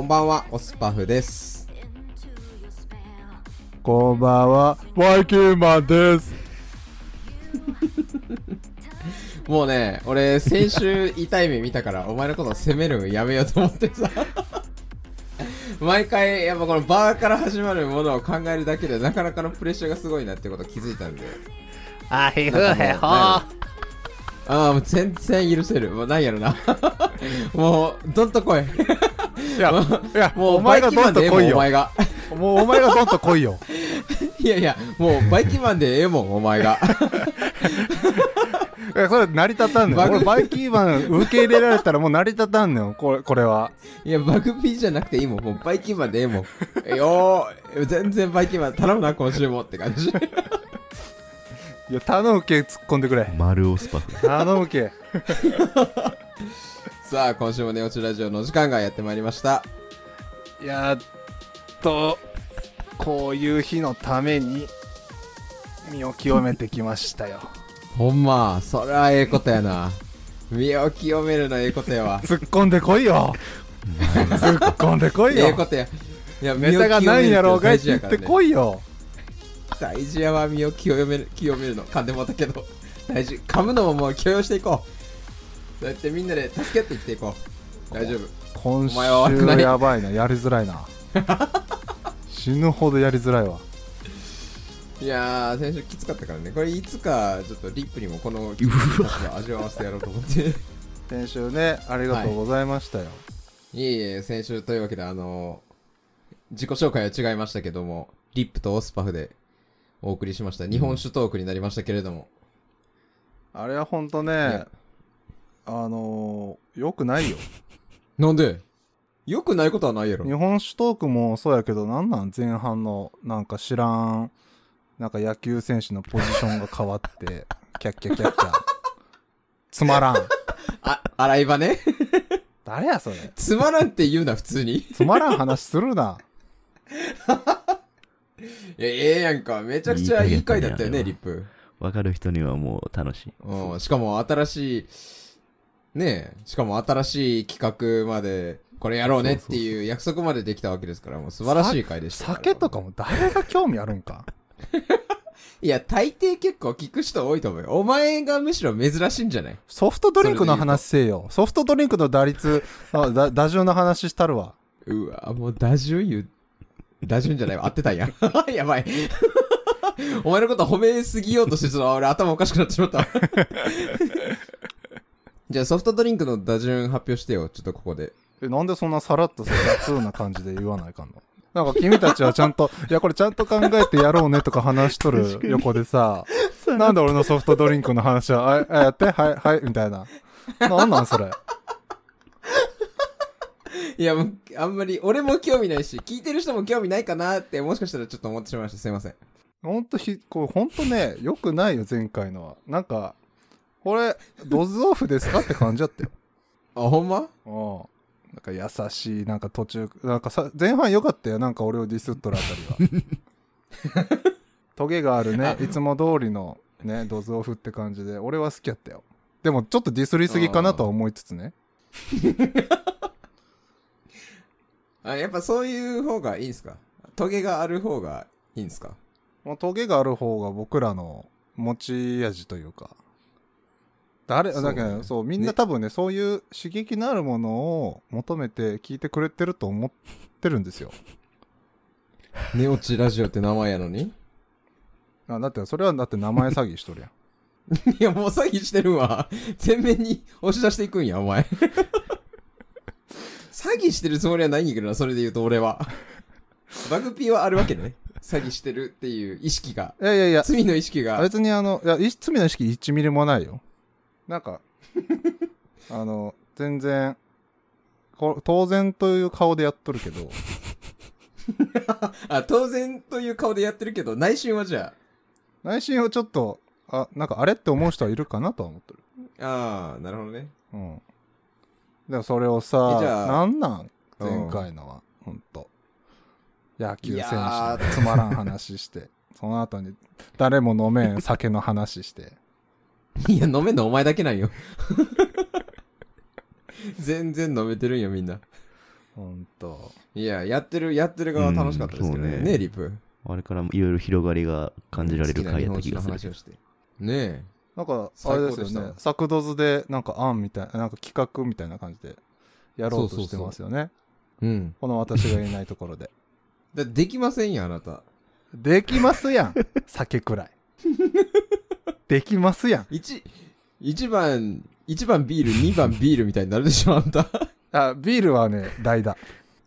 んばんは、オスパフです。こんばんは、ワイキンマンです。もうね、俺、先週痛い目見たから、お前のこと責めるんやめようと思ってさ。毎回、やっぱこのバーから始まるものを考えるだけで、なかなかのプレッシャーがすごいなってこと気づいたんで。あひふへほーああ、もう全然許せる。もうなんやろな。もう、どんと来い。いや、いや、ももううお前がどバイキンマんと来いンでええもんおよ。前が。もうお前がどんと来いよ。いやいや、もうバイキンマンでええもん、お前が。いや、それ成り立たんのバよ。グ俺、バイキンマン受け入れられたらもう成り立たんのよ。これ、これは。いや、バグピーじゃなくていいもん。もうバイキンマンでええもん。えよー、全然バイキンマン頼むな、今週もって感じ。 いや、頼むけ、突っ込んでくれ。丸オスパフ頼むけ。さあ、今週もネオチラジオのお時間がやってまいりました。やっと、こういう日のために、身を清めてきましたよ。ほんま、そりゃええことやな。身を清めるのええことやわ。突っ込んでこい よ。突っ込んでこえいえこよ。とや。いや、ネタがないんやろうがいって言ってこい。いよ。大事やわ、身を清める、清めるの。噛んでもらったけど。 大事。噛むのももう許容していこう。そうやってみんなで助け合って生きていこう。大丈夫。今お前は悪くない週やばいなやりづらい な死ぬほどやりづらいわいやー、先週きつかったからね。これいつか、ちょっとリップにもこの、 味わわせてやろうと思って。 先週ねありがとうございましたよ、いえいえ、先週というわけで、あの自己紹介は違いましたけども、リップとオスパフでお送りしました。日本酒トークになりましたけれども。あれはほんといねやあのー、よくないよ なんでよくないことはないやろ日。本酒トークもそうやけどなんなん前半のなんか知らんなんか野球選手のポジションが変わって キャッキャキャッキャつまらんあ、洗い場ね。誰やそれつまらんって言うな、普通に。つまらん話する なえええやんか。めちゃくちゃいい回だったよね、いい回やったねリップ。分かる人にはもう楽しいうん、しかも新しい、ねえ、しかも新しい企画まで、これやろうねっていう約束までできたわけですから、もう素晴らしい回でしたら。酒とかも誰が興味あるんかいや、大抵結構聞く人多いと思うよ。お前がむしろ珍しいんじゃないソフトドリンクの話せよ。ソフトドリンクの打率、あだ打順の話したるわ。うわ、もう打順言う。打順じゃないわ。合ってたんや。 やばい。お前のこと褒めすぎようとして、ちょっと俺頭おかしくなってしま った。じゃあソフトドリンクの打順発表してよ。ちょっとここで。え、なんでそんなさらっとさ、雑な感じで言わないかんのなんか君たちはちゃんと、いやこれちゃんと考えてやろうねとか話しとる横でさ、なんで俺のソフトドリンクの話は、あ、あやって、はい、はい、みたいな。なんなんそれ。いや、もう、あんまり、俺も興味ないし、聞いてる人も興味ないかなって、もしかしたらちょっと思ってしまいました。すいません。ほんとひ、こうほんとね、良くないよ、前回のは。なんか、これ、ドズオフですかって感じだったよ。あ、ほんまうん。なんか優しい、なんか途中、なんかさ、前半良かったよ、なんか俺をディスっとるあたりは。トゲがあ るね、いつも通りのね、ドズオフって感じで、俺は好きやったよ。でもちょっとディスりすぎかなとは思いつつね。あ、やっぱそういう方がいいんすかトゲがある方がいいんすかもうトゲがある方が僕らの持ち味というか。誰、そうねだけど、そう、みんなね多分ね、そういう刺激のあるものを求めて聞いてくれてると思ってるんですよ。寝落ちラジオって名前やのにあだって、それはだって名前詐欺しとるやん。 いや、もう詐欺してるわ。全面に押し出していくんや、お 前。詐欺してるつもりはないんやけどな、それで言うと俺は。バグピーはあるわけね。詐欺してるっていう意識が。いやいやいや、罪の意識が。別にあの、いや、い罪の意識1ミリもないよ。なんか、 あの、全然、こ当然という顔でやっとるけど、あ、当然という顔でやってるけど、内心はじゃ内心をちょっと、あ、なんかあれって思う人はいるかなとは思ってる。あ。ああ、なるほどね。うん。でもそれをえじゃさ、あなんなんうん前回のは、ほんと。野球選いや手のつまらん話して、その後に誰も飲めん酒の話して。いや、飲めんのお前だけなんよ。全然飲めてるんよ、みんな。ほんと。いや、やってる、やってる側は楽しかったですけどうんね。そうねねリプ。あれからもいろいろ広がりが感じられる回やった気がす好きな日本酒の話る。をして。ねなんか、あ最れ高ででしたすよね。作図で、なんか案みたいな、なんか企画みたいな感じで、やろうとしてますよね。え。うん。この私がいないところで。 だできませんよ、あなた。できますやん。酒くらい。 できますやん。一、一番、一番ビール、二番ビールみたいになるでしょ、あんた。あ、ビールはね、代打。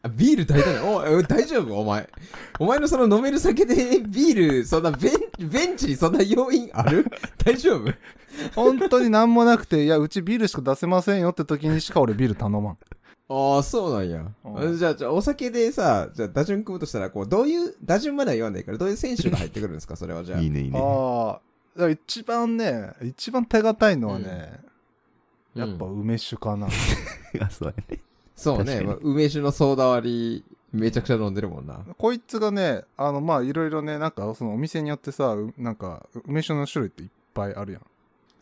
あビール大体ないおえ大丈夫お前。お前のその飲める酒でビール、そんなベンベンチにそんな要因ある大丈夫本当に何もなくて、いや、うちビールしか出せませんよって時にしか俺ビール頼まん。ああ、そうなんや。うんじゃあ、じゃあお酒でさ、じゃあ打順組むとしたら、こう、どういう、打順までは読んでいいから、どういう選手が入ってくるんですか それはじゃあ。いいね、いいね。ああ。だから一番ね、一番手堅いのはね、うんやっぱ梅酒かな。あ、そうやね。そう確ね、かにまあ梅酒のソーダ割り、めちゃくちゃ飲んでるもんな。こいつがね、あの、まあ、いろいろね、なんか、そのお店によってさ、うなんか、梅酒の種類っていっぱいあるやん。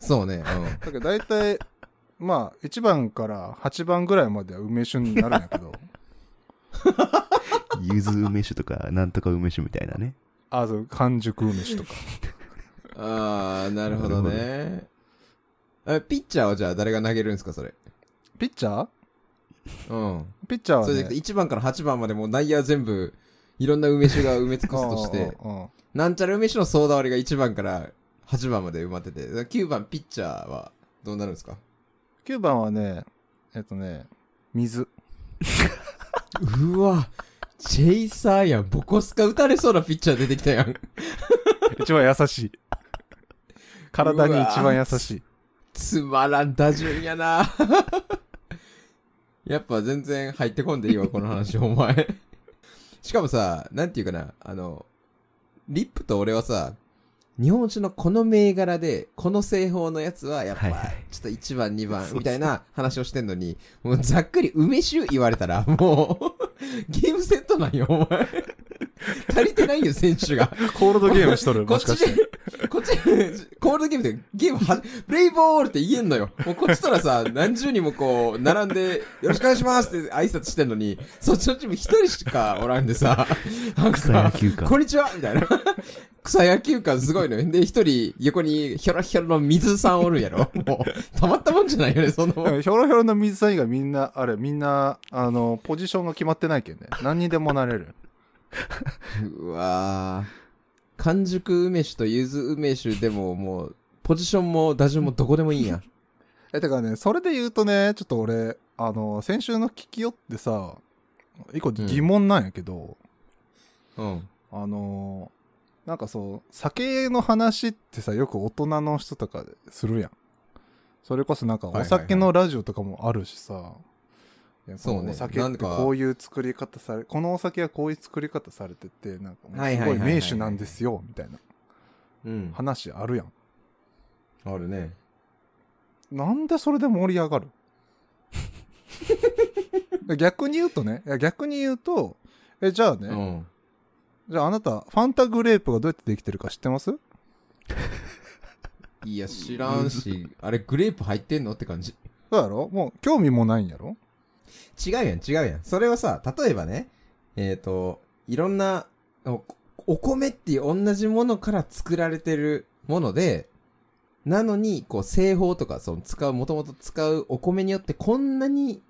そう ね、だけど大体、 まあ、1番から8番ぐらいまでは梅酒になるんやけ ど、ゆず梅酒とか、なんとか梅酒みたいなね。あ、そう、完熟梅酒とか。うん。ああ、なるほどね。え、ピッチャーはじゃあ誰が投げるんですかそれ。ピッチャーうん。ピッチャーはそれでね、 1番から8番までもう内野は全部、いろんな梅酒が埋め尽くすとして、うんうんうんなんちゃら梅酒のソーダ割りが1番から8番まで埋まってて、9番ピッチャーはどうなるんですか9番はね、えっとね、水。うわ、チェイサーやん。ボコスカ打たれそうなピッチャー出てきたやん。一番優しい。体に一番優しい。つまらん打順やな。 やっぱ全然入ってこんでいいわ、この話、お前。しかもさ、なんていうかな、あの、リップと俺はさ、日本酒のこの銘柄で、この製法のやつは、やっぱ、はいはいちょっと1番、2そう番そうみたいな話をしてんのに、もうざっくり梅酒言われたら、もう、ゲームセットなんよ、お前。足りてないよ、選手が。コールドゲームしと る、こもっしかちして。で、 こっちで、コールドゲームでゲームは、プレイボールって言えんのよ。もうこっちとらさ、何十人もこう、並んで、よろしくお願いしますって挨拶してんのに、そっちのチーム一人しかおらんでさ、なん草野か、球か。こんにちはみたいな。草野球感すごいのよ。で、一人横にひょろひょろの水さんおるやろ。もう、たまったもんじゃないよね、そんなもん。ひょろひょろの水さん以外みんな、あれ、みんな、あの、ポジションが決まってないけんね。何にでもなれる。うわぁ。完熟梅酒とゆず梅酒でももう、ポジションも打順もどこでもいいやん。え、てかね、それで言うとね、ちょっと俺、あの、先週の聞きよってさ、一個疑問なんやけど、うん。あの、なんかそう、酒の話ってさ、よく大人の人とかでするやん。それこそなんか、はいおはいはい酒のラジオとかもあるしさ、いやそうねお酒ってこういう作り方され、このお酒はこういう作り方されてて、なんか、はいすはいはいごはいはいい名手なんですよ、みたいなうん。話あるやん。あるね。なんでそれで盛り上 がる逆に言うとね、いや逆に言うと、え、じゃあね、うん。じゃああなた、ファンタグレープがどうやってできてるか知ってますいや、知らんし、あれグレープ入ってんのって感じ。そうやろもう興味もないんやろ違うやん、違うやん。それはさ、例えばね、えっ、と、いろんな、おお米っていう同じものから作られてるもので、なのに、こう、製法とか、その使う、もともと使うお米によってこんなに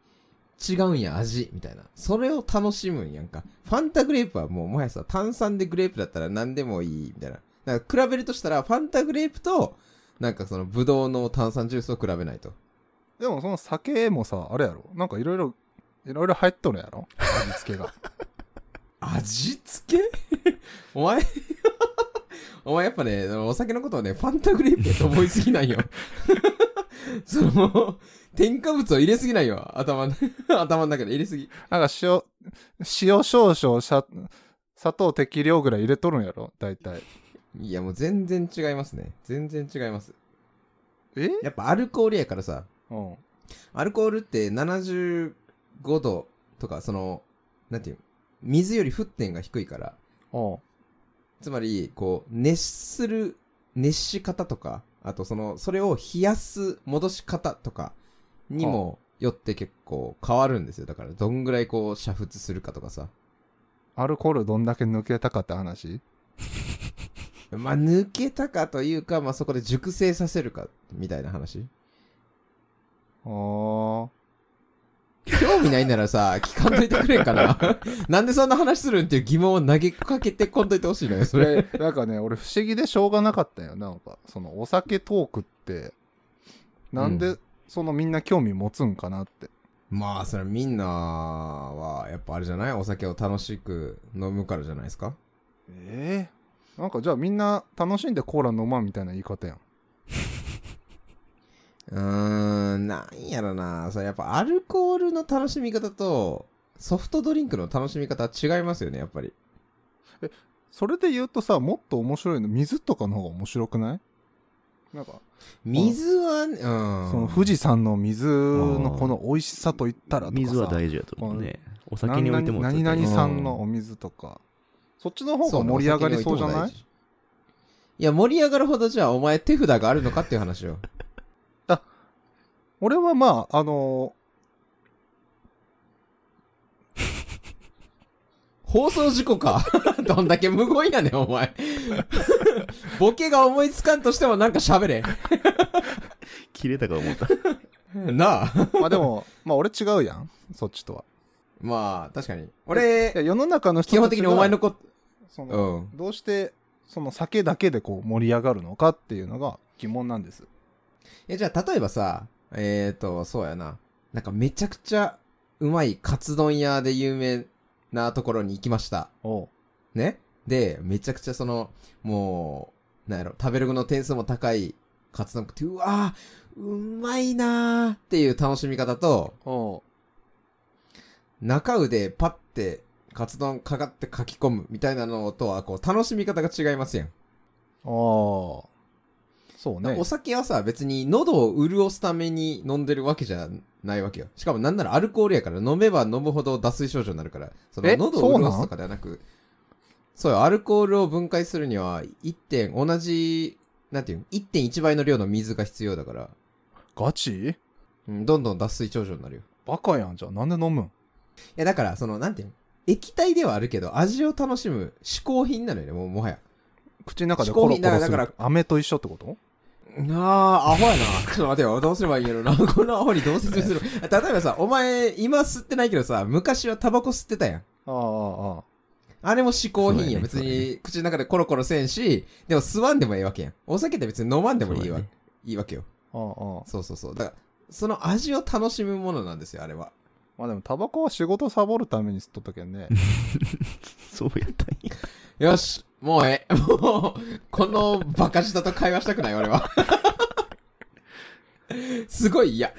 違うんや、味、みたいな。それを楽しむんやんか。ファンタグレープはもう、もはやさ、炭酸でグレープだったら何でもいい、みたいな。だから、比べるとしたら、ファンタグレープと、なんかその、ブドウの炭酸ジュースを比べないと。でもその酒もさ、あれやろなんかいろいろ、いろいろ入っとるやろ味付け が。味付け お前お前やっぱね、お酒のことをね、ファンタグレープやと思いすぎないよ。 その、添加物を入れすぎないよ。頭の、頭の中で入れすぎ。なんか塩、塩少々、しゃ砂糖適量ぐらい入れとるんやろ大体。いや、もう全然違いますね。全然違います。えやっぱアルコールやからさ、うん。アルコールって75度とか、その、なんていうの水より沸点が低いから、うん。つまり、こう、熱する、熱し方とか、あとその、それを冷やす、戻し方とかにもよって結構変わるんですよ。だから、どんぐらいこう、煮沸するかとかさ。アルコールどんだけ抜けたかって話まあ、抜けたかというか、まあ、そこで熟成させるか、みたいな話。あー。興味ないならさ、聞かんといてくれんかな。なんでそんな話するんっていう疑問を投げかけてこんといてほしいのよ、それ。で、なんかね、俺不思議でしょうがなかったよ。なんか、そのお酒トークって、なんうで、そのみんな興味持つんかなって。まあ、それみんなは、やっぱあれじゃないお酒を楽しく飲むからじゃないですかええなんかじゃあみんな楽しんでコーラ飲まんみたいな言い方やん。うーん、なんやろな。それやっぱアルコールの楽しみ方と、ソフトドリンクの楽しみ方は違いますよね、やっぱり。それで言うとさ、もっと面白いの、水とかの方が面白くないなんか、水は、ね、うん。その富士山の水のこの美味しさと言ったらとかさ水は大事やと思うね。お酒においても何々絶何対に々さんのお水とか、そっちの方が盛り上がりそうじゃないいや、盛り上がるほどじゃあお前手札があるのかっていう話を。俺はまあ、あの放送事故か。 どんだけ無言やねん、お前。ボケが思いつかんとしてもなんか喋れ。切れたか思った。なあ。ーまあでも、まあ俺違うやん、そっちとは。まあ、確かに。いや俺、世の中の人たち基が本的にお前のこその、と、うん。どうして、その酒だけでこう盛り上がるのかっていうのが疑問なんです。え、じゃあ、例えばさ、えーと、そうやな。なんかめちゃくちゃうまいカツ丼屋で有名なところに行きました。おうね。で、めちゃくちゃその、もう、なんやろ、食べログの点数も高いカツ丼食って、うわーうまいなーっていう楽しみ方と、お中腕パッてカツ丼かかって書き込むみたいなのとは、こう、楽しみ方が違いますやん。ああ。そうねお。酒はさ、別に喉を潤すために飲んでるわけじゃないわけよ。しかもなんならアルコールやから、飲めば飲むほど脱水症状になるから、そのえ喉そをうなん潤すとかではなく、そうよ、アルコールを分解するには、1点、同じ、なんていうの、1.1倍の量の水が必要だから、ガチうん、どんどん脱水症状になるよ。バカやんじゃあ。なんで飲むんいや、だから、その、なんていうの、液体ではあるけど、味を楽しむ嗜好品なのよね、もう、もはや。口の中でコロコロ嗜好品だすからだるか。飴と一緒ってことなあ、アホやな。 ちょっと待てよ。どうすればいいんやろな。 このアホにどう説明する例えばさ、お前、今吸ってないけどさ、昔はタバコ吸ってたやん。ああ、ああ。あれも嗜好品やん。そ別うやねに、口の中でコロコロせんし、でも吸わんでもええわけやん。お酒って別に飲まんでもいいわ,、そうやねいいわけよ。ああああそうそうそう。だから、その味を楽しむものなんですよ、あれは。まあでもタバコは仕事サボるために吸っとったけ んねそうやったんや。よし、もうえ え。もう、このバカ舌と会話したくない、俺は。 すごい嫌。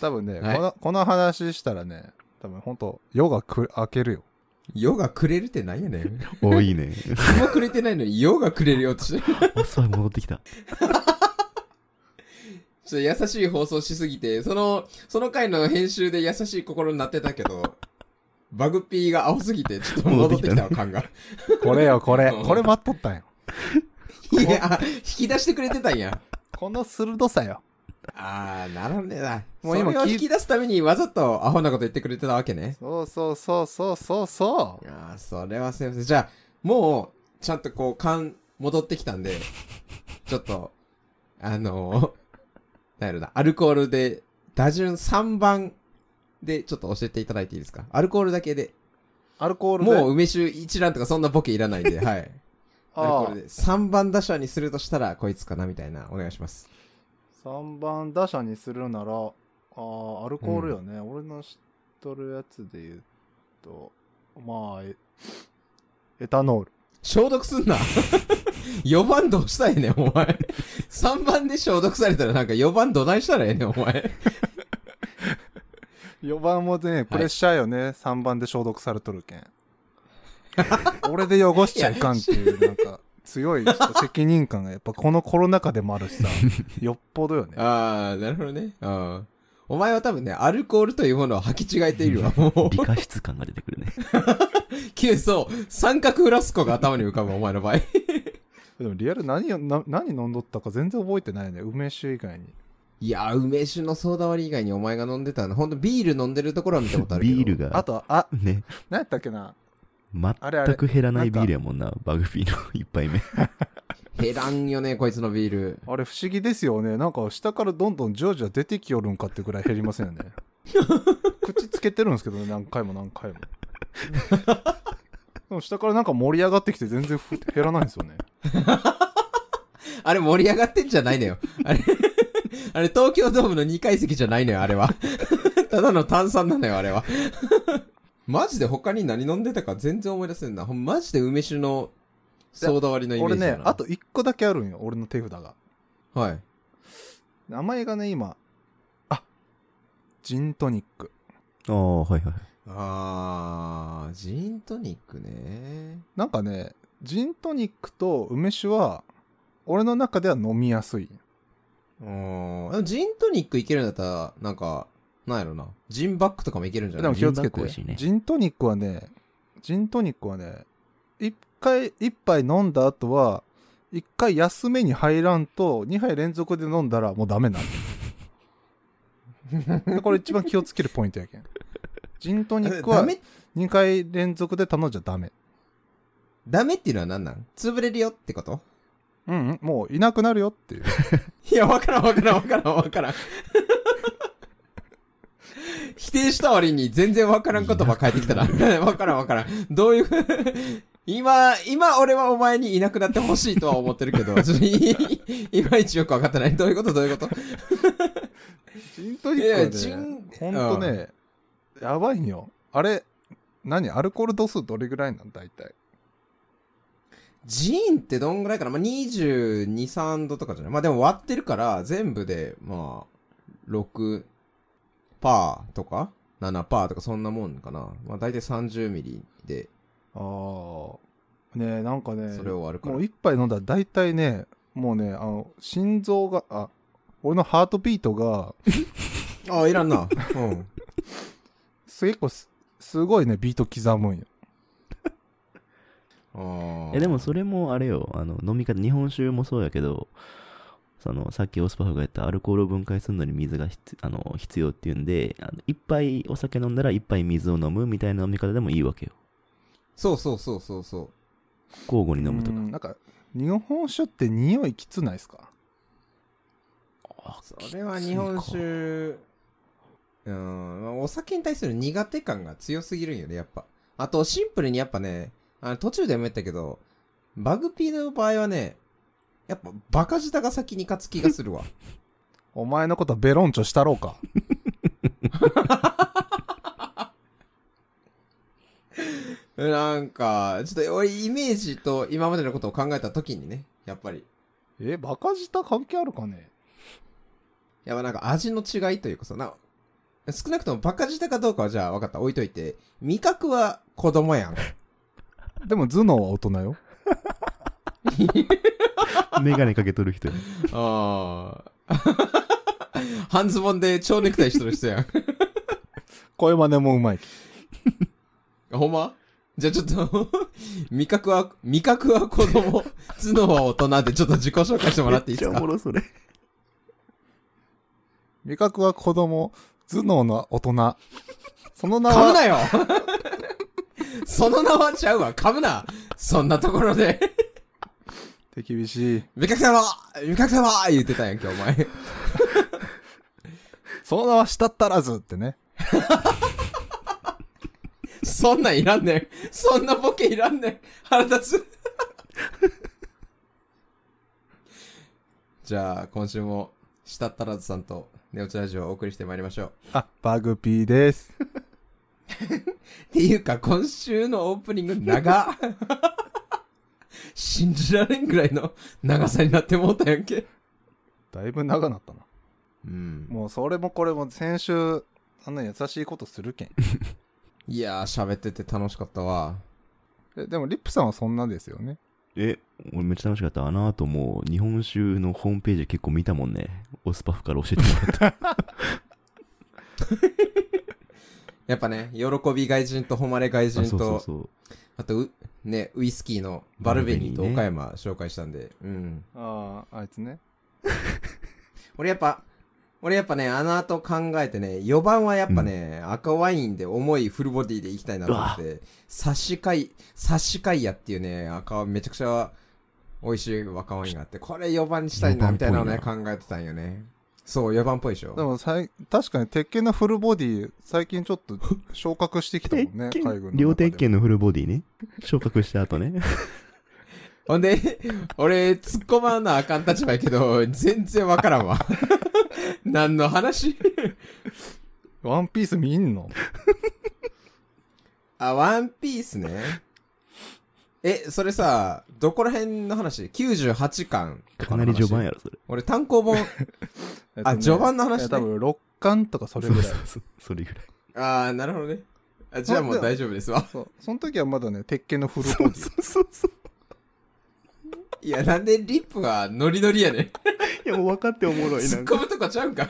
多分ね、はいこのこの話したらね多分ほんと夜がく明けるよ夜がくれるってなんやね ん。お、いいね。日もくれてないのに夜がくれるようとして。おそば戻ってきた。ちょっと優しい放送しすぎて、その、その回の編集で優しい心になってたけど、 バグピーが青すぎて、ちょっと戻ってきたわ、感 が。これよ これうんこれ待っとったんよいや、引き出してくれてたんや。この鋭さよあー、なるほどねな。ももうう今今引き出すためにわざとアホなこと言ってくれてたわけね。そうそうそうそうそうそあー、それはすいません。じゃあ、もう、ちゃんとこう、感、戻ってきたんで、 ちょっと、あのー、なん やろな、アルコールで、打順3番で、ちょっと教えていただいていいですかアルコールだけで。うアルコールでもう梅酒一覧とかそんなボケいらないんで、はい。アルコあールで3番打者にするとしたらこいつかなみたいなお願いします。 3番打者にするならあーアルコールよね、俺の知っとるやつで言うとまあえエタノール消毒すんな !4 番どうしたらええねん、お前。3番で消毒されたらなんか4番どないしたらええねん、お前。 4番もねプレッシャーよね、3番で消毒されとるけん 俺で汚しちゃいかんっていうなんか強いちょっと責任感がやっぱこのコロナ禍でもある しさよっぽどよねあー、なるほどね。うん。お前は多分ね、アルコールというものを履き違えているわ、も理科室感が出てくるね。う。きれいそう。三角フラスコが頭に浮かぶ、お前の場合。でもリアル何をな何飲んどったか全然覚えてないよね梅酒以外にいやー、梅酒のソーダ割り以外にお前が飲んでたの、ほんとビール飲んでるところは見たことあるけど。ビールあが、と、あ、ね、何やったっけなあれあれ全く減らないビールやもんな、バグフィーの一杯目。減らんよね、こいつのビール。あれ不思議ですよね。なんか下からどんどんじわじわ出てきよるんかってぐらい減りません よね。口つけてるんですけどね、何回も何回も。でも下からなんか盛り上がってきて全然ふ減らないんですよね。あれ盛り上がってんじゃないのよ。あれ、 あれ東京ドームの2階席じゃないのよ、あれは。 ただの炭酸なのよ、あれは。 マジで他に何飲んでたか全然思い出せんな。ほんマジで梅酒のソーダ割りのイメー俺ジだな。ね、あと1個だけあるんよ、俺の手札が。はい。名前がね、今、あジントニック。ああ、はいはい。あー、ジントニックね。なんかね、ジントニックと梅酒は、俺の中では飲みやすい。うーん。でもジントニックいけるんだったら、なんか、なんやろな。ジンバックとかもいけるんじゃでないも気をつけジンバック美て味しいねジントニックはねジントニックはね一回一杯飲んだ後は一回休めに入らんと二杯連続で飲んだらもうダメな のこれ一番気をつけるポイントやけんジントニックダはメ、二回連続で頼んじゃダメダメっていうのは何なん潰れるよってことうん、うん、もういなくなるよっていういや、わからんわからんわからんわからん。否定した割に全然わからん言葉変えてきたな。 わからんわからん。どういう、今、今俺はお前にいなくなってほしいとは思ってるけど、ちょっといいいまいちよくわかってない。どういうことどういうことジントニいやいやッジクはンねほんとね、やばいんよあれ何アルコール度数どれぐらいなん大体ジーンってどんぐらいかなまあ、22、3度とかじゃないまあ、でも割ってるから、全部で、まあ、6%パーとか ?7% パーとかそんなもんかな。まあ、大体30ミリで、ああねえなんかねそれを割るからもう。一杯飲んだら大体ねもうねあの心臓があ俺のハートビートがああ、いらん な。うん。す結構すすごいねビート刻むんよああ。えでも、それもあれよあの飲み方日本酒もそうやけどそのさっきオスパフが言ったアルコールを分解するのに水が必あの必要っていうんであの一杯お酒飲んだら一杯水を飲むみたいな飲み方でもいいわけよそうそうそうそうそ交互に飲むとかうんなんか日本酒って匂いきつないですかう。それは日本酒、うん、まあお酒に対する苦手感が強すぎるんよね、やっぱ。あと、シンプルにやっぱね、あの途中でも言ったけど、バグピーの場合はね、やっぱ、バカ舌が先に勝つ気がす るわ。お前のことはベロンチョしたろうかなんか、ちょっと、俺、イメージと今までのことを考えた時にね、やっぱり。えバカ舌関係あるかねやっぱなんか味の違いというかさ、な、少なくともバカ舌かどうかはじゃあ分かった、置いといて、味覚は子供やん。でも頭脳は大人よメガネかけとる人やああ。半ズボンで蝶ネクタイしてる人やん。声真似もうまいきほんまじゃあちょっと、味覚は、味覚は子供、頭脳は大人でちょっと自己紹介してもらっていいですめっちゃおかもろそれ味覚は子供頭脳の大人その名噛むはなよその名はちゃうわ、噛むなそんなところで、手厳しい味覚様味覚様言ってたやんけ、お前。その名は舌足らずってねそんなんいらんねん。そんなボケいらんねん。腹立つ。 じゃあ、今週も、したったらずさんと、ネオチラジオをお送りしてまいりましょう。あバグピーですっていうか、今週のオープニング長っ 信じられんぐらいの長さになってもうたやんけ。だいぶ長なったなうん。もうそれもこれも先週あんな優しいことするけ んいやー、喋ってて楽しかったわ。えでもリップさんはそんなですよねえ俺めっちゃ楽しかったあの後もう日本酒のホームページ結構見たもんねオスパフから教えてもらったやっぱね、喜び外人と誉れ外あ人そうそうと、そうあとう、ね、ウイスキーのバルベニーと岡山紹介したんで、うん。あああいつね俺やっぱ、俺やっぱね、あの後考えてね、4番はやっぱね、赤ワインで重いフルボディでいきたいなと思って、サシカイ、サシカイヤっていうね、赤ワインめちゃくちゃ美味しい赤ワインがあって、これ4番にしたいな、みたいなのをね、四番っぽ考えてたんよね。そう、4番っぽいでしょ。でもさい確かに鉄拳のフルボディ最近ちょっと昇格してきたもんね海軍鉄の中拳で両鉄拳のフルボディね。昇格した後 ね。ほんで、俺、突っ込まなあかん立場やけど、全然わからんわ。 何の話ワンピース見んのあ、ワンピースね。え、それさ、どこら辺の話 ?98 巻とかのな話り序盤やろ、それ。俺、単行本、 えっとあ、ね序盤の話えね多。分6巻とかそれぐらいそうそうそう。それぐらい。あー、なるほどね。あじゃあもう大丈夫ですわ。そうその時はまだね鉄拳のフルボ そうディそうそうそう。いや、なんでリップがノリノリ やねん。いや、もう分かっておもろいな突っ。込むとこちゃうんか。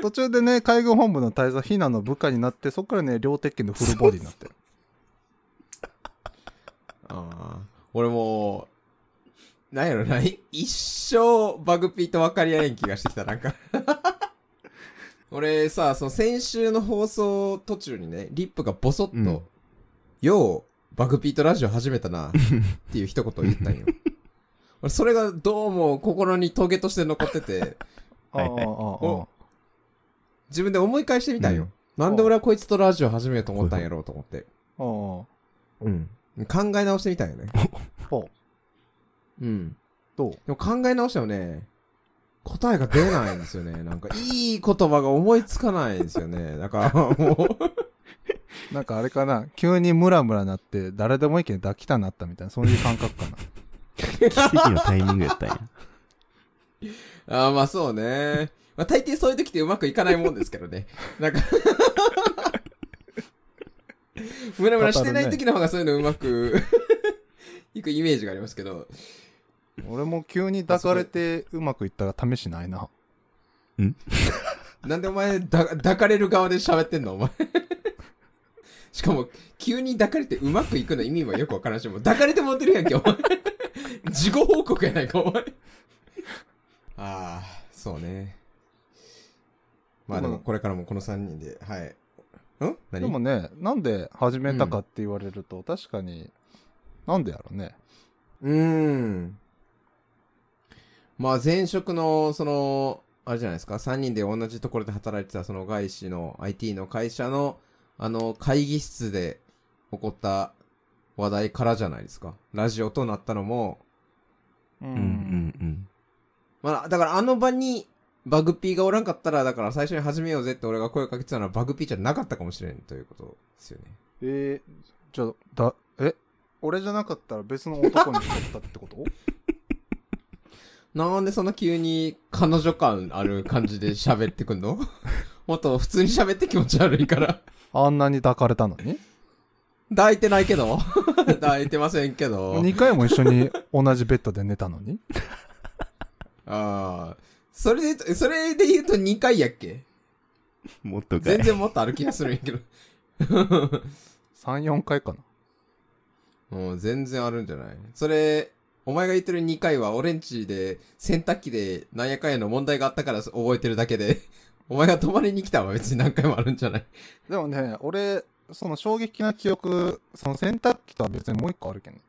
途中でね海軍本部の大佐ヒナの部下になってそっからね両鉄拳のフルボディになってるあー俺もう、なんやろな、い一生バグピーと分かり合えん気がしてきた、なん か。俺さ、その先週の放送途中にね、リップがボソッと、うんよう、バグピーとラジオ始めたな、っていう一言を言 ったんよ。俺それがどうも心にトゲとして残ってて、あああ はいはいあああ自分で思い返してみたんよ。うんなんで俺はこいつとラジオ始めようと思ったんやろうと思って。ああうん。考え直してみた んよね。ほううん。どうでも考え直してもね、答えが出ないんですよね。 なんか、いい言葉が思いつかないんですよね。だから、もう、なんかあれかな急にムラムラなって誰でもいいけど抱きたなったみたいなそういう感覚かな 奇跡のタイミングやったんや。あーまあそうね。まあ大抵そういう時ってうまくいかないもんですけどね。なんか、ムラムラしてない時の方がそういうのうまく いくイメージがありますけど。俺も急に抱かれてうまくいったら試しないななんでお前だ、抱かれる側で喋ってんのお前。しかも、急に抱かれてうまくいくの意味はよくわからんし、もう抱かれて持ってるやんけ、お前。事後報告やないか、お前。ああ、そうね。まあででも、もこれからもこの3人で、はい。ん何でもねなんで始めたかって言われると、確かになんでやろうねうーん。まあ前職の、その、あれじゃないですか、3人で同じところで働いてた、その外資の IT の会社の、あの、会議室で起こった話題からじゃないですか。ラジオとなったのも、ううんうんまあ、だからあの場に、バグピーがおらんかったら、だから最初に始めようぜって俺が声かけてたのはバグピーじゃなかったかもしれんということですよね。えー、じゃあだえ俺じゃなかったら別の男にしちゃったってことなんでそんな急に彼女感ある感じで喋ってくんの もっと普通に喋って気持ち悪いから。 あんなに抱かれたのに抱いてないけど抱いてませんけど。 2回も一緒に同じベッドで寝たのにああ。それで、それで言うと2回やっけうん。もっとかい全。然もっとある気がするんやけど。 34回かなもう全然あるんじゃないそれ、お前が言ってる2回はオレンジで洗濯機でなんやかんやの問題があったから覚えてるだけで、 お前が泊まりに来たのは別に何回もあるんじゃないでもね俺その衝撃な記憶その洗濯機とは別にもう一個あるけんね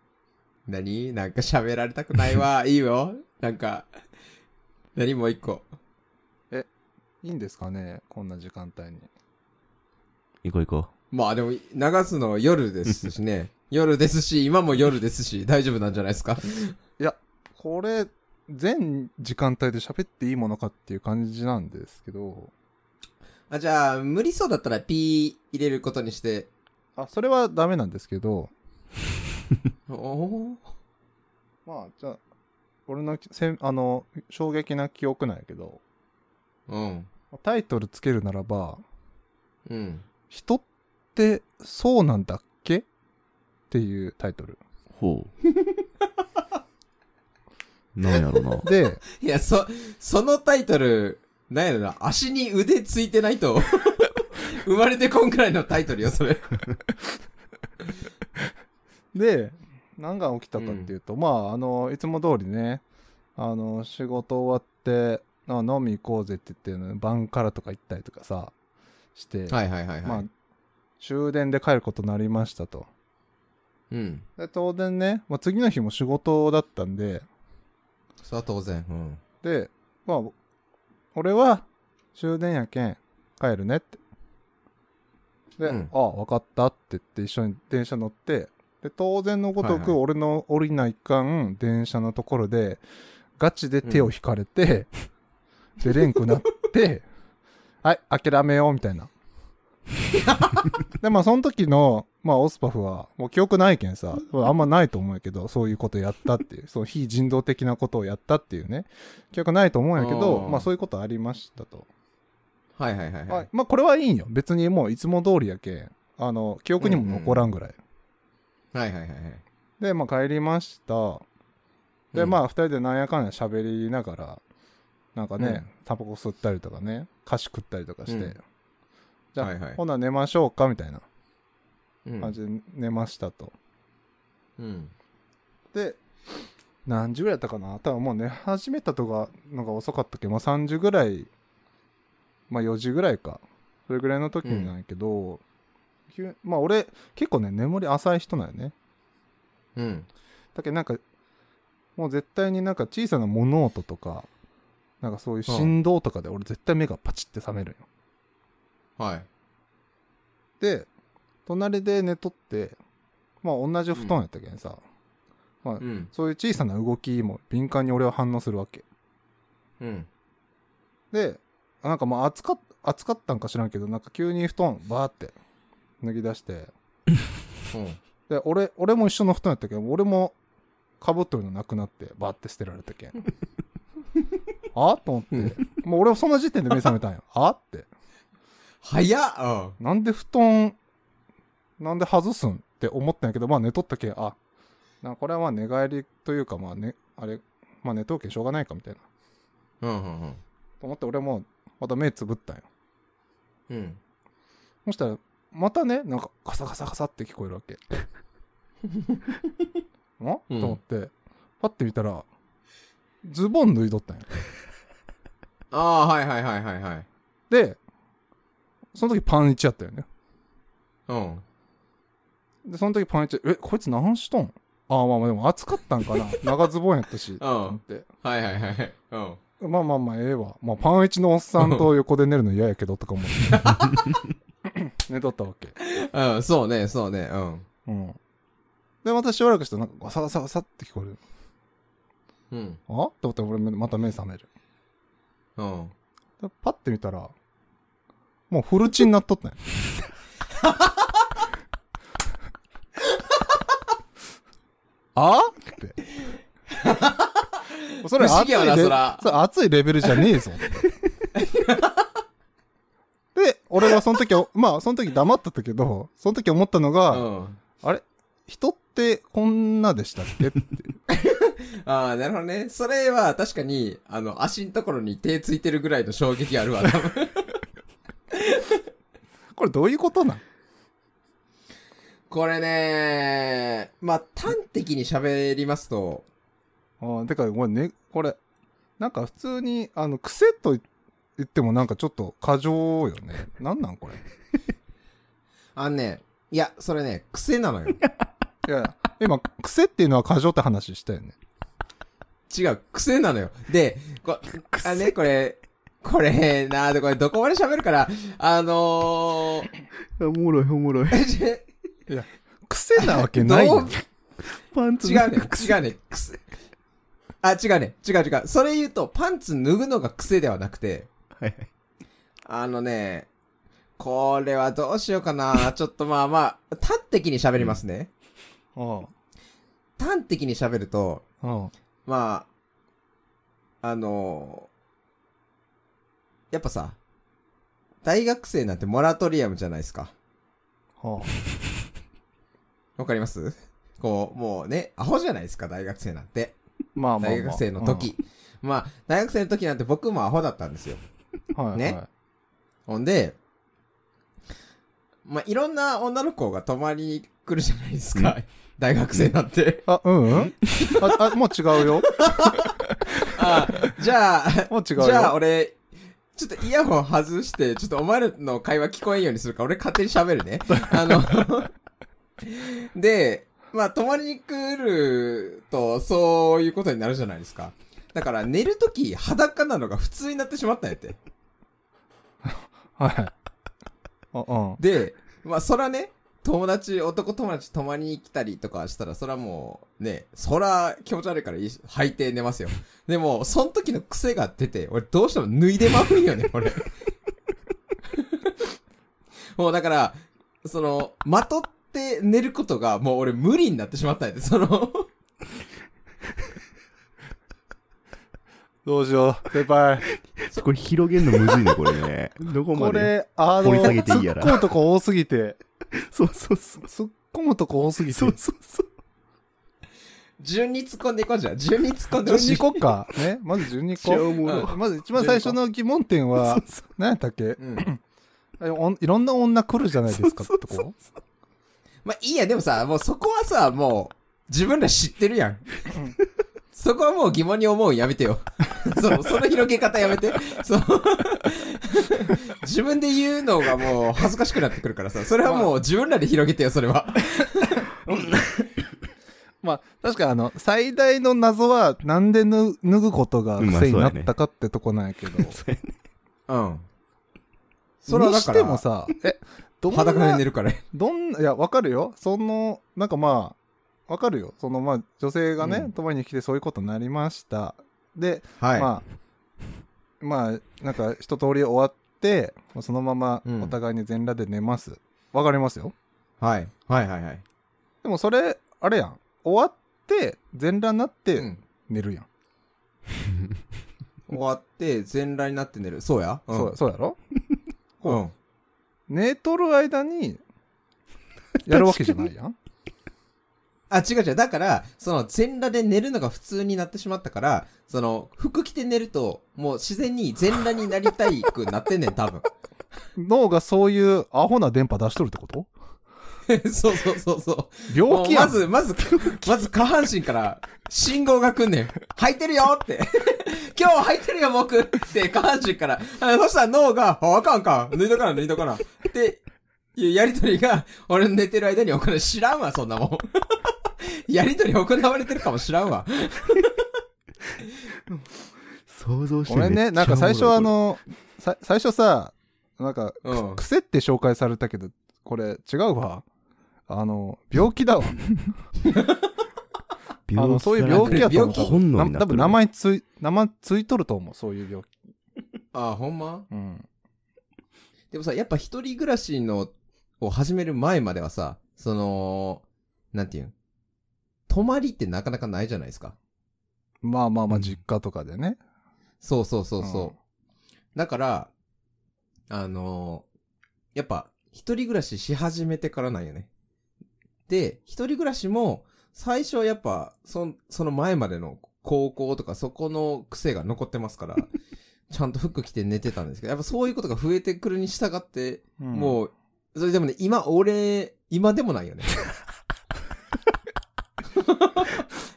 何なんか喋られたくないわ。いいよ。なんか、何もう一個。いいんですかねこんな時間帯に行こう行こまあでも、流すの夜ですし ね。夜ですし、今も夜ですし、大丈夫なんじゃないですか。これ全時間帯で喋っていいものかっていう感じなんですけどあ、じゃあ、無理そうだったらピー入れることにして。あそれはダメなんですけどおおまあじゃあ俺のせんあの衝撃な記憶なんやけどうん。タイトルつけるならばうん。 「人ってそうなんだっけ?」っていうタイトルう。ほう。なんやろな。でいや、そ、そのタイトル、なんやろな、足に腕ついてないと、 生まれてこんくらいのタイトルよ、それ。で何が起きたかっていうと、まああのいつも通りねあの仕事終わってあ飲み行こうぜって言ってるのに晩からとか行ったりとかさして、はいはいはいはい。まあ終電で帰ることになりましたとうん。で当然ね、まあ、次の日も仕事だったんでそれは当然。うん。でまあ俺は終電やけん帰るねってで、うんああ分かったって言って一緒に電車乗ってで当然のごとはいはく俺の降りないかん電車のところでガチで手を引か れて、出れんくなってはい諦めようみたいなでまあその時の、まあ、オスパフはもう記憶ないけんさあんまないと思うんやけどそういうことやったっ ていうその非人道的なことをやったっていうね記憶ないと思うんやけどあーまあそういうことありましたとはいはいはいははいい。、まあこれはいいんよ別にもういつも通りやけんあの記憶にも残らんぐらい、はいはいはいはい。でまあ帰りましたで、まあ、あ2人でなんやかんや喋りながらなんかね、うんタバコ吸ったりとかね菓子食ったりとかして、うんじゃあ、はいはいほな寝ましょうかみたいなうん感じで寝ましたと、うん。で何時ぐらいだったかな多分もう寝始めたとかのが遅かったっけど、まあ、3時ぐらいまあ4時ぐらいかそれぐらいの時なんやけど、急まあ俺結構ね眠り浅い人なんよねうん。だけどなんかもう絶対になんか小さな物音とかなんかそういう振動とかで俺絶対目がパチって覚めるんよ、はい。で隣で寝とってまあ同じ布団やったけんさ、まあ、うん。そういう小さな動きも敏感に俺は反応するわけうん。であなんかまあ暑かっ暑かったんか知らんけどなんか急に布団バーって脱ぎ出してで俺俺も一緒の布団やったけど俺もかぶっとるのなくなってバーって捨てられたけんあと思って うんもう俺はその時点で目覚めたんよあって早っなんで布団なんで外すんって思ったんやけどまあ寝とったけんあなんかこれはまあ寝返りというかまあねあれまあ寝とうけんしょうがないかみたいなうん。うんうんと思って俺もまた目つぶったんようん。うん。そしたらまたねなんかガサガサガサって聞こえ るわけんとうん思ってパッて見たらズボン脱いどったんよああ、はいはいはいはいはい。でその時パンイチやったよねうん。でその時パンイチえこいつ何しとんああまあまあでも暑かったん かな長ズボンやったしと思ってはいはいはい。うん。まあまあまあええわ、まあ、パンイチのおっさんと横で寝るの嫌やけど とか思って 寝とったわけうん、そうね、そうね、うん。うんでまたしばらくしてなんかガサガサガサって聞こうえるん。あと思って俺また目覚めるうん。でパッて見たらもうフルチになっとっ たんやあってそれ不思議やなレそらそれ熱いレベルじゃねえぞってで俺はその時まあその時黙ってたけどその時思ったのうが、ん。あれ人ってこんなでしたっけってああ、なるほどね。それは確かに、あの、足のところに手ついてるぐらいの衝撃あるわ、 多分。これどういうことなんこれねまあ、端的に喋りますと、あーてか、これね、これ、なんか普通に、あの、癖と言ってもなんかちょっと過剰よね。なんなんこれ。いあのね、いや、それね、癖な のよ。やいや、今、癖っていうのは過剰って話したよね。違う、癖なのよ。で、こ、あね、これ、これ、なで、これ、どこまで喋るから、あの おもろいおもろい。ー、癖なわけないどよ う。パンツ違うね、 違うね、癖。あ、違うね、違う違う。それ言うと、パンツ脱ぐのが癖ではなくて、はいはい。あのね、これはどうしようかな。 ちょっとまあまあ、端的に喋りますね。うん端的に喋ると、うんまあ、あのやっぱさ、大学生なんてモラトリアムじゃないですか。はわかりますこう、もうね、アホじゃないですか、大学生なんて。あまあまあまあ。大学生の時。まあ、大学生の時なんて僕もアホだったんですよ。うん。はい、はい。ねほんで、まあ、いろんな女の子が泊まりに来るじゃないですか。大学生なんて。あ、うん、うん、あ、あ、もう違うよ。あ、じゃ あ、もう違うよ。じゃあ俺、ちょっとイヤホン外して、ちょっとお前らの会話聞こえんようにするから、俺勝手に喋る ね。あの、で、まあ、泊まりに来ると、そういうことになるじゃないですか。だから、寝るとき、裸なのが普通になってしまったんやって。はい。あうん。で、まあ、そらね、友達、男友達泊まりに来たりとかしたら、そらもう、ね、そら気持ち悪いからい履いて寝ますよ。でも、その時の癖が出て、俺どうしても脱いでまくんよね、俺。もうだから、その、まとって寝ることが、もう俺無理になってしまったんやで、その、 どうしよう。先輩。これ広げんのむずいね、これね。どこまこで。れ、あの、掘り下げて突いいやっら込むとこ多すぎて、そうそうそう。突っ込むとこ多すぎて。そうそうそう。順に突っ込んでいこうじゃん。順に突っ込んでほし12い。個か。ね。まず12めっちゃ個。おもろいうんまず一番最初の疑問点 は、何やったっけうん。えおんいろんな女来るじゃないですかってとこまあいいや、でもさ、もうそこはさ、もう、自分ら知ってるやん。うんそこはもう疑問に思うんやめて よ。そう、その広げ方やめて。そう。自分で言うのがもう恥ずかしくなってくるからさ、それはもう自分らで広げてよ、それは。まあ、確かにあの、最大の謎は、なんで脱脱ぐことが癖になったかってとこなんやけど。そうやねうん。そ それはれだかはだからら。にしてもさ、え、どんな、裸で寝るから。どんな、いや、わかるよ。その、なんかまあ、わかるよ。その、まあ、女性がうねん、泊まりに来てそういうことになりました。で、はい。まあ、まあ、なんか一通り終わって、もうそのままうんお互いに全裸で寝ます。わ、かりますよ。はい。はいはいはい。でもそれ、あれやん。終わって、全裸になってん。寝るやん。終わって、全裸になって寝る。そうや。うん、そうそうやろう。ん。寝とる間に、やるわけじゃな いやん。あ、違う違う。だから、その、全裸で寝るのが普通になってしまったから、その、服着て寝ると、もう自然に全裸になりたいくなって んねん、多分。 脳がそういうアホな電波出しとるってことそうそうそうそう。病気やん。もうまず、まず、まず下半身から信号が来んねん。履いてるよ って。今日履いてるよ、僕って下半身から。あそしたら脳が、あ、あかんあかん。脱いとかな、脱いとかな。って、いうやりとりが、俺の寝てる間に行われ知らんわ、そんな もん。やりとり行われてるかも知らんわ。想像して俺ね、なんか最初はあ、の、さ最初さ、なんか、うんく癖って紹介されたけど、これ違うわ。あの、病気だわ。めっちゃあおもろいの、そういう病気やと思う。病気本能になってるな多分名前つい、名前ついとると思う、そういう病気。あ、ほんまうん。でもさ、やっぱ一人暮らしの、を始める前まではさ、その、なんていうん泊まりってなかなかないじゃないですか。まあまあまうあ、ん実家とかでね。そうそうそうそう。うんだから、あのーやっぱ、一人暮らしし始めてからなんよね。で、一人暮らしも、最初はやっぱ、そんその前までの高校とかそこの癖が残ってますから、ちゃんと服着て寝てたんですけど、やっぱそういうことが増えてくるに従って、うん。もう、それでもね、今、俺、今でもないよ ね。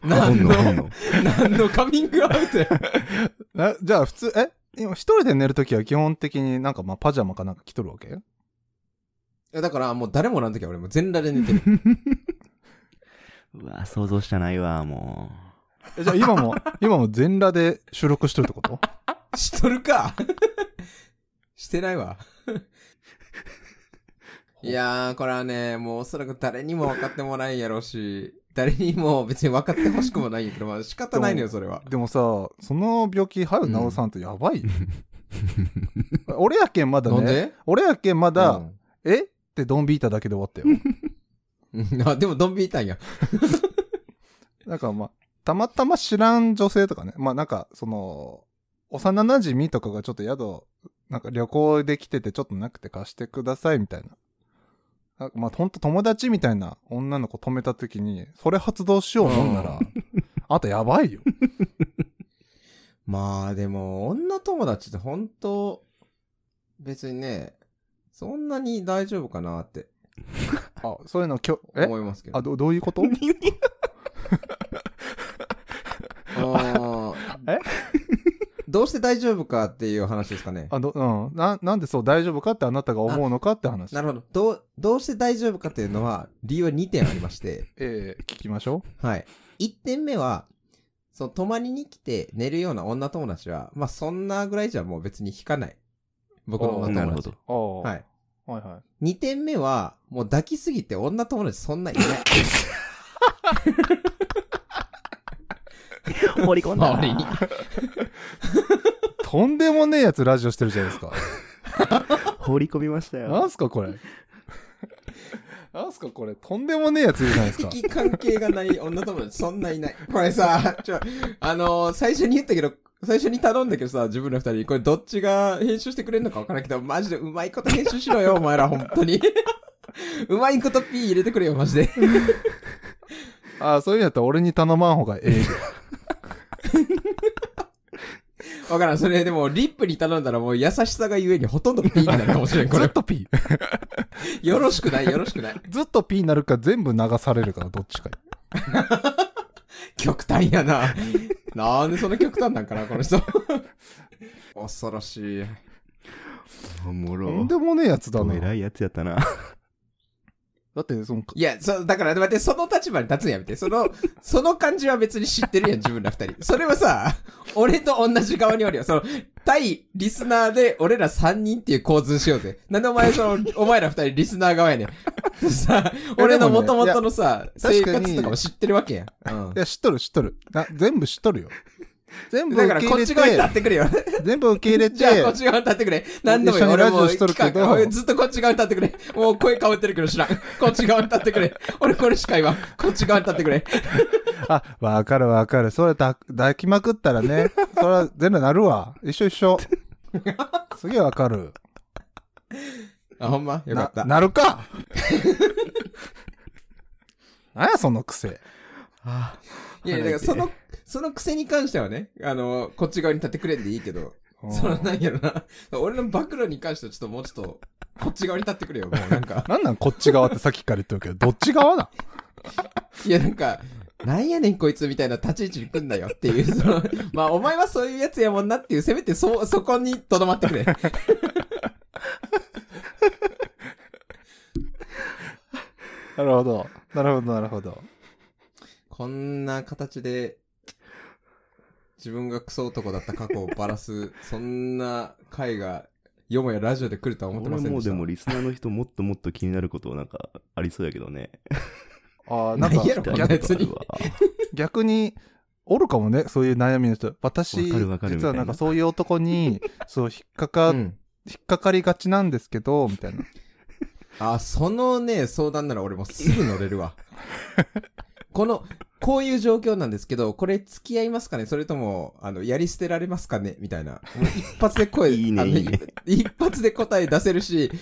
何本の能、、本能。何のカミングアウトや。えじゃあ普通、え今一人で寝るときは基本的になんかまあパジャマかなんか着とるわけいやだからもう誰もなんときは俺もう全裸で寝て る。うわ、想像したないわ、もえじゃあ今 も、今も全裸で収録しとるってことしとるかしてないわ。 いやー、これはね、もうおそらく誰にも分かってもないやろうし、誰にも別に分かってほしくもないんやけど、まあ仕方ないのよ、それは。でもさ、その病気、はよ治さんとやばいよ。俺やけんまだなんね。で俺やけんまだ、うんえってドンビータだけで終わったよ。うん あ、でもドンビータんや。なんかまあ、たまたま知らん女性とかね。まあなんか、その、幼馴染とかがちょっと宿、なんか旅行で来ててちょっとなくて貸してくださいみたいな。なんかまあほんと友達みたいな女の子止めた時に、それ発動しようもんなら、あんたやばいよ。まあでも、女友達ってほんと、別にね、そんなに大丈夫かなってあ、そういうのきょ、え思いますけど。 あ、ど、どういうことう。あーえ どうして大丈夫かっていう話ですかね。あどうん、ななんでそう大丈夫かってあなたが思うのかって話なるほど。どう、どうして大丈夫かっていうのは、理由は2点ありまして、 ええ聞きましょはい。1点目は、その、泊まりに来て寝るような女友達は、まあ、そんなぐらいじゃもう別に引かない。僕のお女ー友達。なるほうお ど。ーはい。はいは2点目は、もう抱きすぎて女友達そんないない。盛り込んだな。周りにいとんでもねえやつラジオしてるじゃないですか放り込みましたなよ。んすかこれ なんすかこれとんでもねえやついるじゃないですか的関係がない女友達そんないない。これさ、ちょ、あのー最初に言ったけど、最初に頼んだけどさ、自分ら二人に、これどっちが編集してくれるのかわからんけど、マジでうまいこと編集しろよ、お前ら、本当に。うまいこと P 入れてくれよ、マジで。ああそういうんやったら俺に頼まん方がええでわからん。それでも、リップに頼んだらもう優しさがゆえにほとんど P になるかもし れん、こずっれ。とピよろしくない、よろしくない。ーずっとピーになるか全部流されるからどっちか極端やな。なんでその極端なんかな、この 人。恐ろしい。おもとろ。んでもねえやつだどな偉いやつやったな。だってそのいや、そ、だから、待って、その立場に立つのやめて。そ の、その感じは別に知ってるやん、自分ら二人。それはさ、俺と同じ側におるよ。その、対リスナーで俺ら三人っていう構図しようぜ。なんでお前その、お前ら二人リスナー側やねん。さ、俺の元々のさ、い生や確かに活とかも知ってるわけやん。うんい。や知っとる知っとるな全部知っとるよ全部だか受らけこっ入れち側に立っててくれよ。全部受け入れ じゃあこってち側に立ってくれ。何でもいい一緒に俺もラジオしとるけど企画ずっとこっち側に立ってくれ。もう声変わってるけど知らん。こっち側に立ってくれ。俺これしか言わん。こっち側に立ってくれ。あ、わかるわかる。それだ抱きまくったらね、それは全部なるわ。一緒 一緒。すげえわかる。あ、ほんまよかったな。なるかなんやその癖。いや、だからその、その癖に関してはね、あの、こっち側に立ってくれんでいいけど、うんそのなんやろな、俺の暴露に関してはちょっともうちょっと、こっち側に立ってくれよ、もうなん か。なんなんこっち側ってさっきから言ってるけど、どっち側だいや、なんか、なんやねんこいつみたいな立ち位置に来んなよっていう、その、まあお前はそういうやつやもんなっていう、せめてそ、そこに留まってくれ。なるほど。なるほど、なるほど。こんな形で、自分がクソ男だった過去をばらす、そんな回が、よもやラジオで来るとは思ってま俺せんもでうした。でもリスナーの人もっともっと気になることなんかありそうやけどね。あーなんかないやろ逆別にわ逆に、おるかもね、そういう悩みの人。私、わかるわかる実はなんかみたいそなういう男 に、そう、引っかか、うん。引っかかりがちなんですけど、みたいな。あ、そのね、相談なら俺もすぐ乗れる わ。この、こういう状況なんですけど、これ付き合いますかねそれとも、あの、やり捨てられますかねみたいな。もう一発で声、 いいねあのいいね一発で答え出せるし、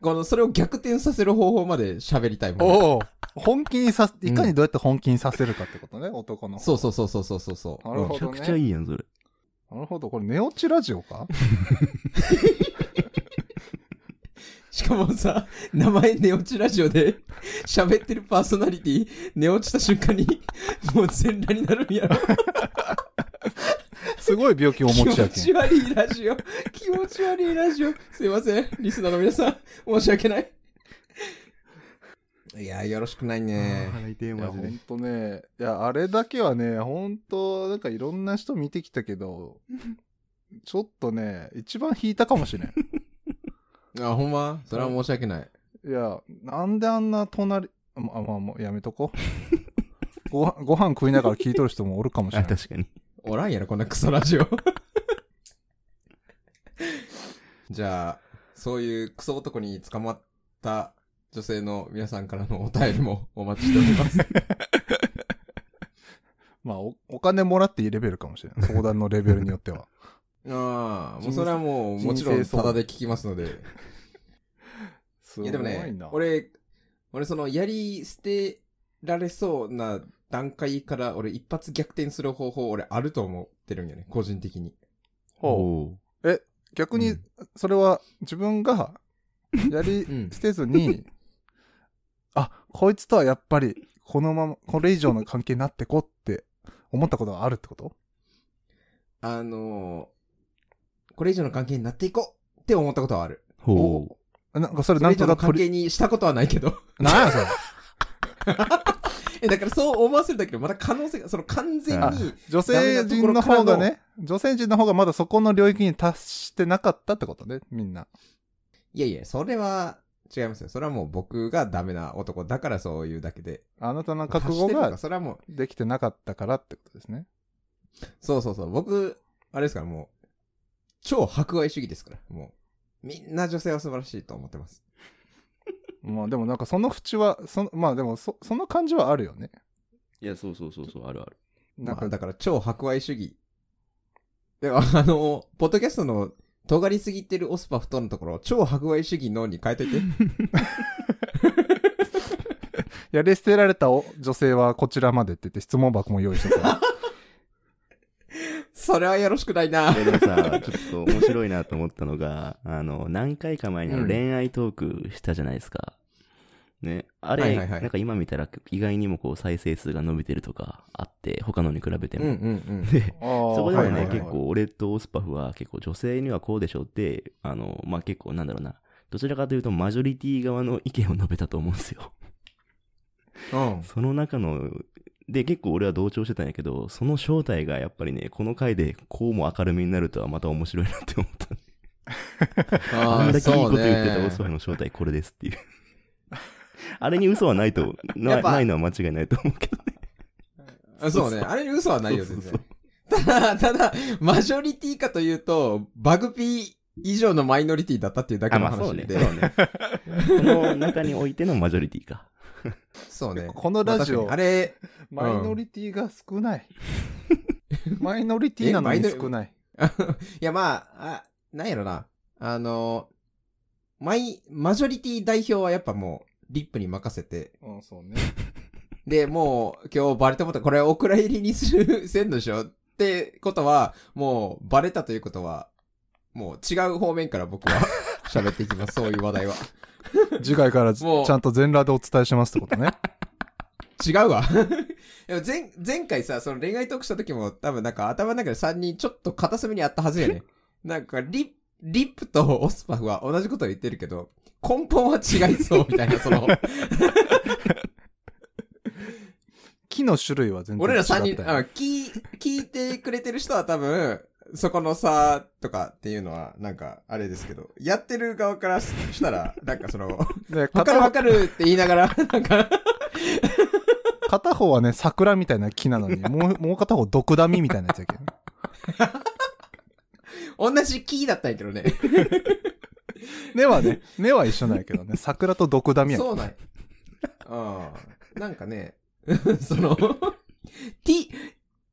この、それを逆転させる方法まで喋りたいもん、おお本気にさ、いかにどうやって本気にさせるかってことね、男の。そうそうそうそうそうそうそう。なるほどうめちゃくちゃいいやん、それ。なるほど、これ寝落ちラジオかんしかもさ、名前寝落ちラジオで喋ってるパーソナリティ、寝落ちた瞬間に、もう全裸になるんやろ。すごい病気をお持ち気持や けちん。悪いラジオ。気持ち悪いラジオ。すいません。リスナーの皆さん、申し訳ない。いや、よろしくないね。腹痛いいや、マほジでん。とね、いや、あれだけはね、ほんと、なんかいろんな人見てきたけど、ちょっとね、一番引いたかもしれん。 あ、ほんまそれは申し訳ない。いや、なんであんな隣、あ、まあ、まあもうやめとこう。 ご飯ご飯食いながら聞いとる人もおるかもしれあ、ない。確かに。おらんやろ、こんなクソラジオ。じゃあ、そういうクソ男に捕まった女性の皆さんからのお便りもお待ちしており ます。まあお、お金もらっていいレベルかもしれない。相談のレベルによっては。ああ、もうそれはもう、もちろ人ん生相タ談ダで聞きますので。す いごやいな。でもね、俺、俺その、やり捨てられそうな段階から、俺一発逆転する方法、俺あると思ってるんよね、個人的に。ほうおう逆にうん、それは自分がやりうん捨てずに、あ、こいつとはやっぱり、このまま、これ以上の関係になってこって思ったことがあるってこと あのーこれ以上の関係になっていこうって思ったことはある。ほう。なんかそそれれなん以上とのか関取り、係にしたことはないけど。なんやそれ。 え、だからそう思わせるだけで、また可能性が、その完全あに、女性陣の方がね、 女性陣の方がまだそこの領域に達してなかったってことね、みんな。いやいや、それは違いますよ。それはもう僕がダメな男だからそういうだけで。あなたの覚足し悟てるとかがそれはもう、できてなかったからってことですね。そうそうそう。僕、あれですからもう、超博愛主義ですから。もう、みんな女性は素晴らしいと思ってます。まあでもなんかその縁は、そのまあでもそその感じはあるよね。いや、そうそうそう、そうあるある。なんまかあ、だから超博愛主義。では、あの、ポッドキャストの、尖りすぎてるオスパフトのところ、超博愛主義のに変えといて。 やり捨てられたお女性はこちらまでって言って質問箱も用意して た。それはよろしくないな。え でもさ、ちょっと面白いなと思ったのが、あの、何回か前にあうのん恋愛トークしたじゃないですか。ね。あれ、はいはいはいなんか今見たら意外にもこう再生数が伸びてるとかあって、他のに比べてうんうも。んうん。で、そそこでもね、はいはいはい結構俺とオスパフは結構女性にはこうでしょうって、あの、まあ、結構なんだろうな。どちらかというとマジョリティ側の意見を述べたと思うんですよ。うん。その中の、で、結構俺は同調してたんやけど、その正体がやっぱりね、この回でこうも明るみになるとはまた面白いなって思った。あんだけいいこと言ってたオスワの正体これですっていう。あれに嘘はない と、やなっぱないのは間違いないと思うけどね。あそうね。そうそうあれに嘘はないよ、そう全そうそ然。ただ、ただ、マジョリティかというと、バグピー以上のマイノリティだったっていうだけあ、のまあそう話ね。で。そ うね。この中においてのマジョリティか。そうね。このラジオまあ確かにあれ、マイノリティが少ない。マイノリティなのに少ない。 いや、まあ、あ、なんやろな。あの、マイ、マジョリティ代表はやっぱもう、リップに任せて。うん、そうね。で、もう、今日バレてもった。これ、お蔵入りにするせんでしょってことは、もう、バレたということは、もう違う方面から僕は 喋っていきます。そういう話題は。次回からちもうゃんと全裸でお伝えしますってことね。違うわ。 でも前、前回さ、その恋愛トークした時も多分なんか頭の中で3人ちょっと片隅にあったはずや ね。なんかリ、リップとオスパフは同じことを言ってるけど、根本は違いそうみたいな、 その、木の種類は全然違俺らったよ。 3人、あ聞い、聞いてくれてる人は多分、そこの差とかっていうのは、なんか、あれですけど、やってる側からしたら、なんかその、 でわかる片わ方かるって言いながら、なんか、片方はね、桜みたいな木なのに、 もうもう片方、毒ダミみたいなやつやけど。同じキーだったんやけどね。目はね、目は一緒なんやけどね、桜と毒ダミやけどそうなんや。ああ。なんかね、 その、ティ、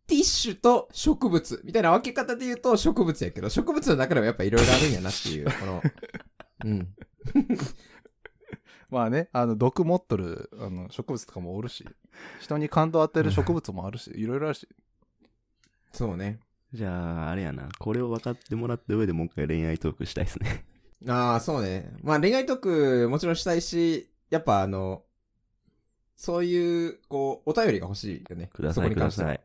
ティッシュと植物みたいな分け方で言うと植物やけど、植物の中でもやっぱいろいろあるんやなっていう、 この、うん。まあね、あの、毒持っとる、あの、植物とかもおるし、人に感動与える植物もあるし、いろいろあるし、そうね。じゃあ、あれやな。これを分かってもらった上でもう一回恋愛トークしたいです ね。ああ、そうね。まあ恋愛トークもちろんしたいし、やっぱあの、そういう、こう、お便りが欲しいよね。くだそさこい、にく関だしてはさい。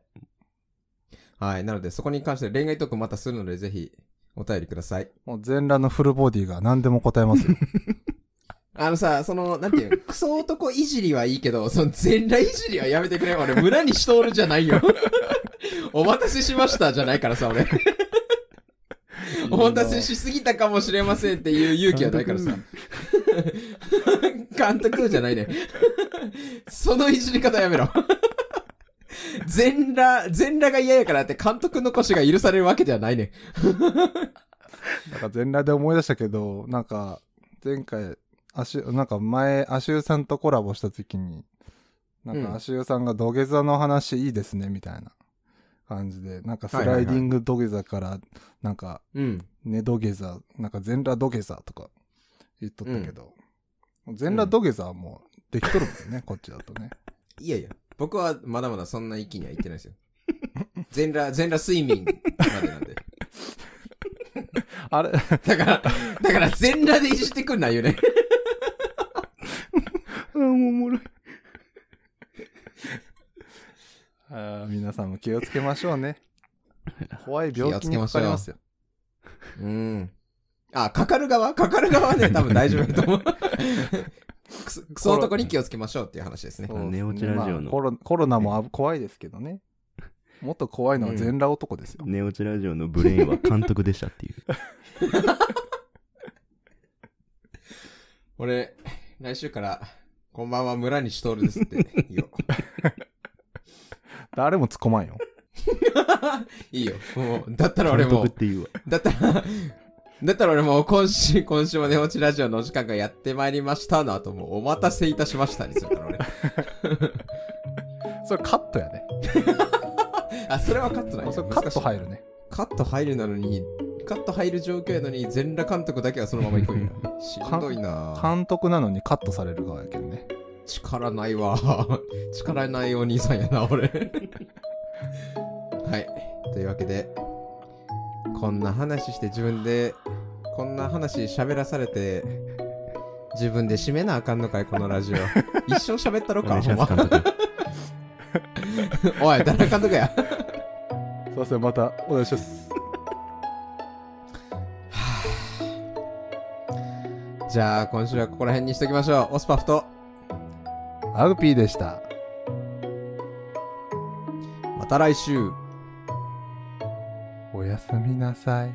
はい。なので、そこに関して恋愛トークまたするので、ぜひ、お便りください。もう全裸のフルボディが何でも答えますよ。あのさ、その、なんていうの、クソ男いじりはいいけど、その全裸いじりはやめてくれ。俺、村にしとるじゃないよ。 お待たせしましたじゃないからさ、俺。お待たせしすぎたかもしれませんっていう勇気はないからさ。監督じゃないね。そのいじり方やめろ。全裸、全裸が嫌やからって監督残しが許されるわけではないね。なんか全裸で思い出したけど、なんか、前回、足、なんか前、足湯さんとコラボした時に、なんうんか足湯さんが土下座の話いいですね、みたいな感じで、なんかスライディング土下座から、なんか、うん。寝土下座、なんか全裸土下座とか言っとったけど、全裸土下座はもうできとるもんね、こっちだとね。いやいや、僕はまだまだそんな域には行ってないですよ。 全裸、全裸睡眠までなんで。あれ、だから、だから全裸でいじってくんないよね。あ、もうおもろい。あー皆さんも気をつけましょうね。怖い病気にかかりますよ。うん。あ、かかる側かかる側はね、多分大丈夫だと思 う。くそ、くそ男に気をつけましょうっていう話ですねそ。うですね寝落ちラジオのまあコロコロナもあ怖いですけどね。もっと怖いのは全裸男ですよ。ネオチラジオのブレインは監督でしたっ ていう。俺、来週から、こんばんは村西徹ですって言おう。誰も突っ込まんよ。いいよ。もう、だったら俺監も督うっ、ていうわ。だったら、 だったら俺もう今週、 今週も寝落ちラジオのお時間がやってまいりましたの後もうお待たせいたしましたにするから俺。それカットやね。あ、それはカットないあよ。それカッ難トし入るね。いカット入るなのに、カット入る状況やのに全裸監督だけはそのまま行くんや。しんどいな監督なのにカットされる側やけどね。力ないわ。 力ないお兄さんやな、俺。はい。というわけで、こんな話して自分で、こんな話喋らされて、自分で締めなあかんのかい、このラ ジオ。一生喋ったろおか、願いしほんまま、。す監督。おい、誰監督や。すいません、またお願いします。じゃあ、今週はここら辺にしときましょう。オスパフと、アグピーでした。また来週。おやすみなさい。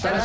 新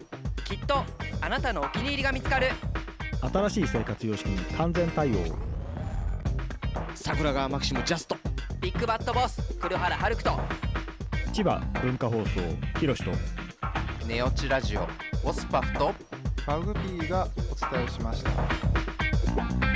きっとあなたのお気に入りが見つかる新しい生活様式に完全対応桜川マキシムジャストビッグバットボス黒原遥人千葉文化放送ひろしとネオチラジオオスパフとアグピーがお伝えしました。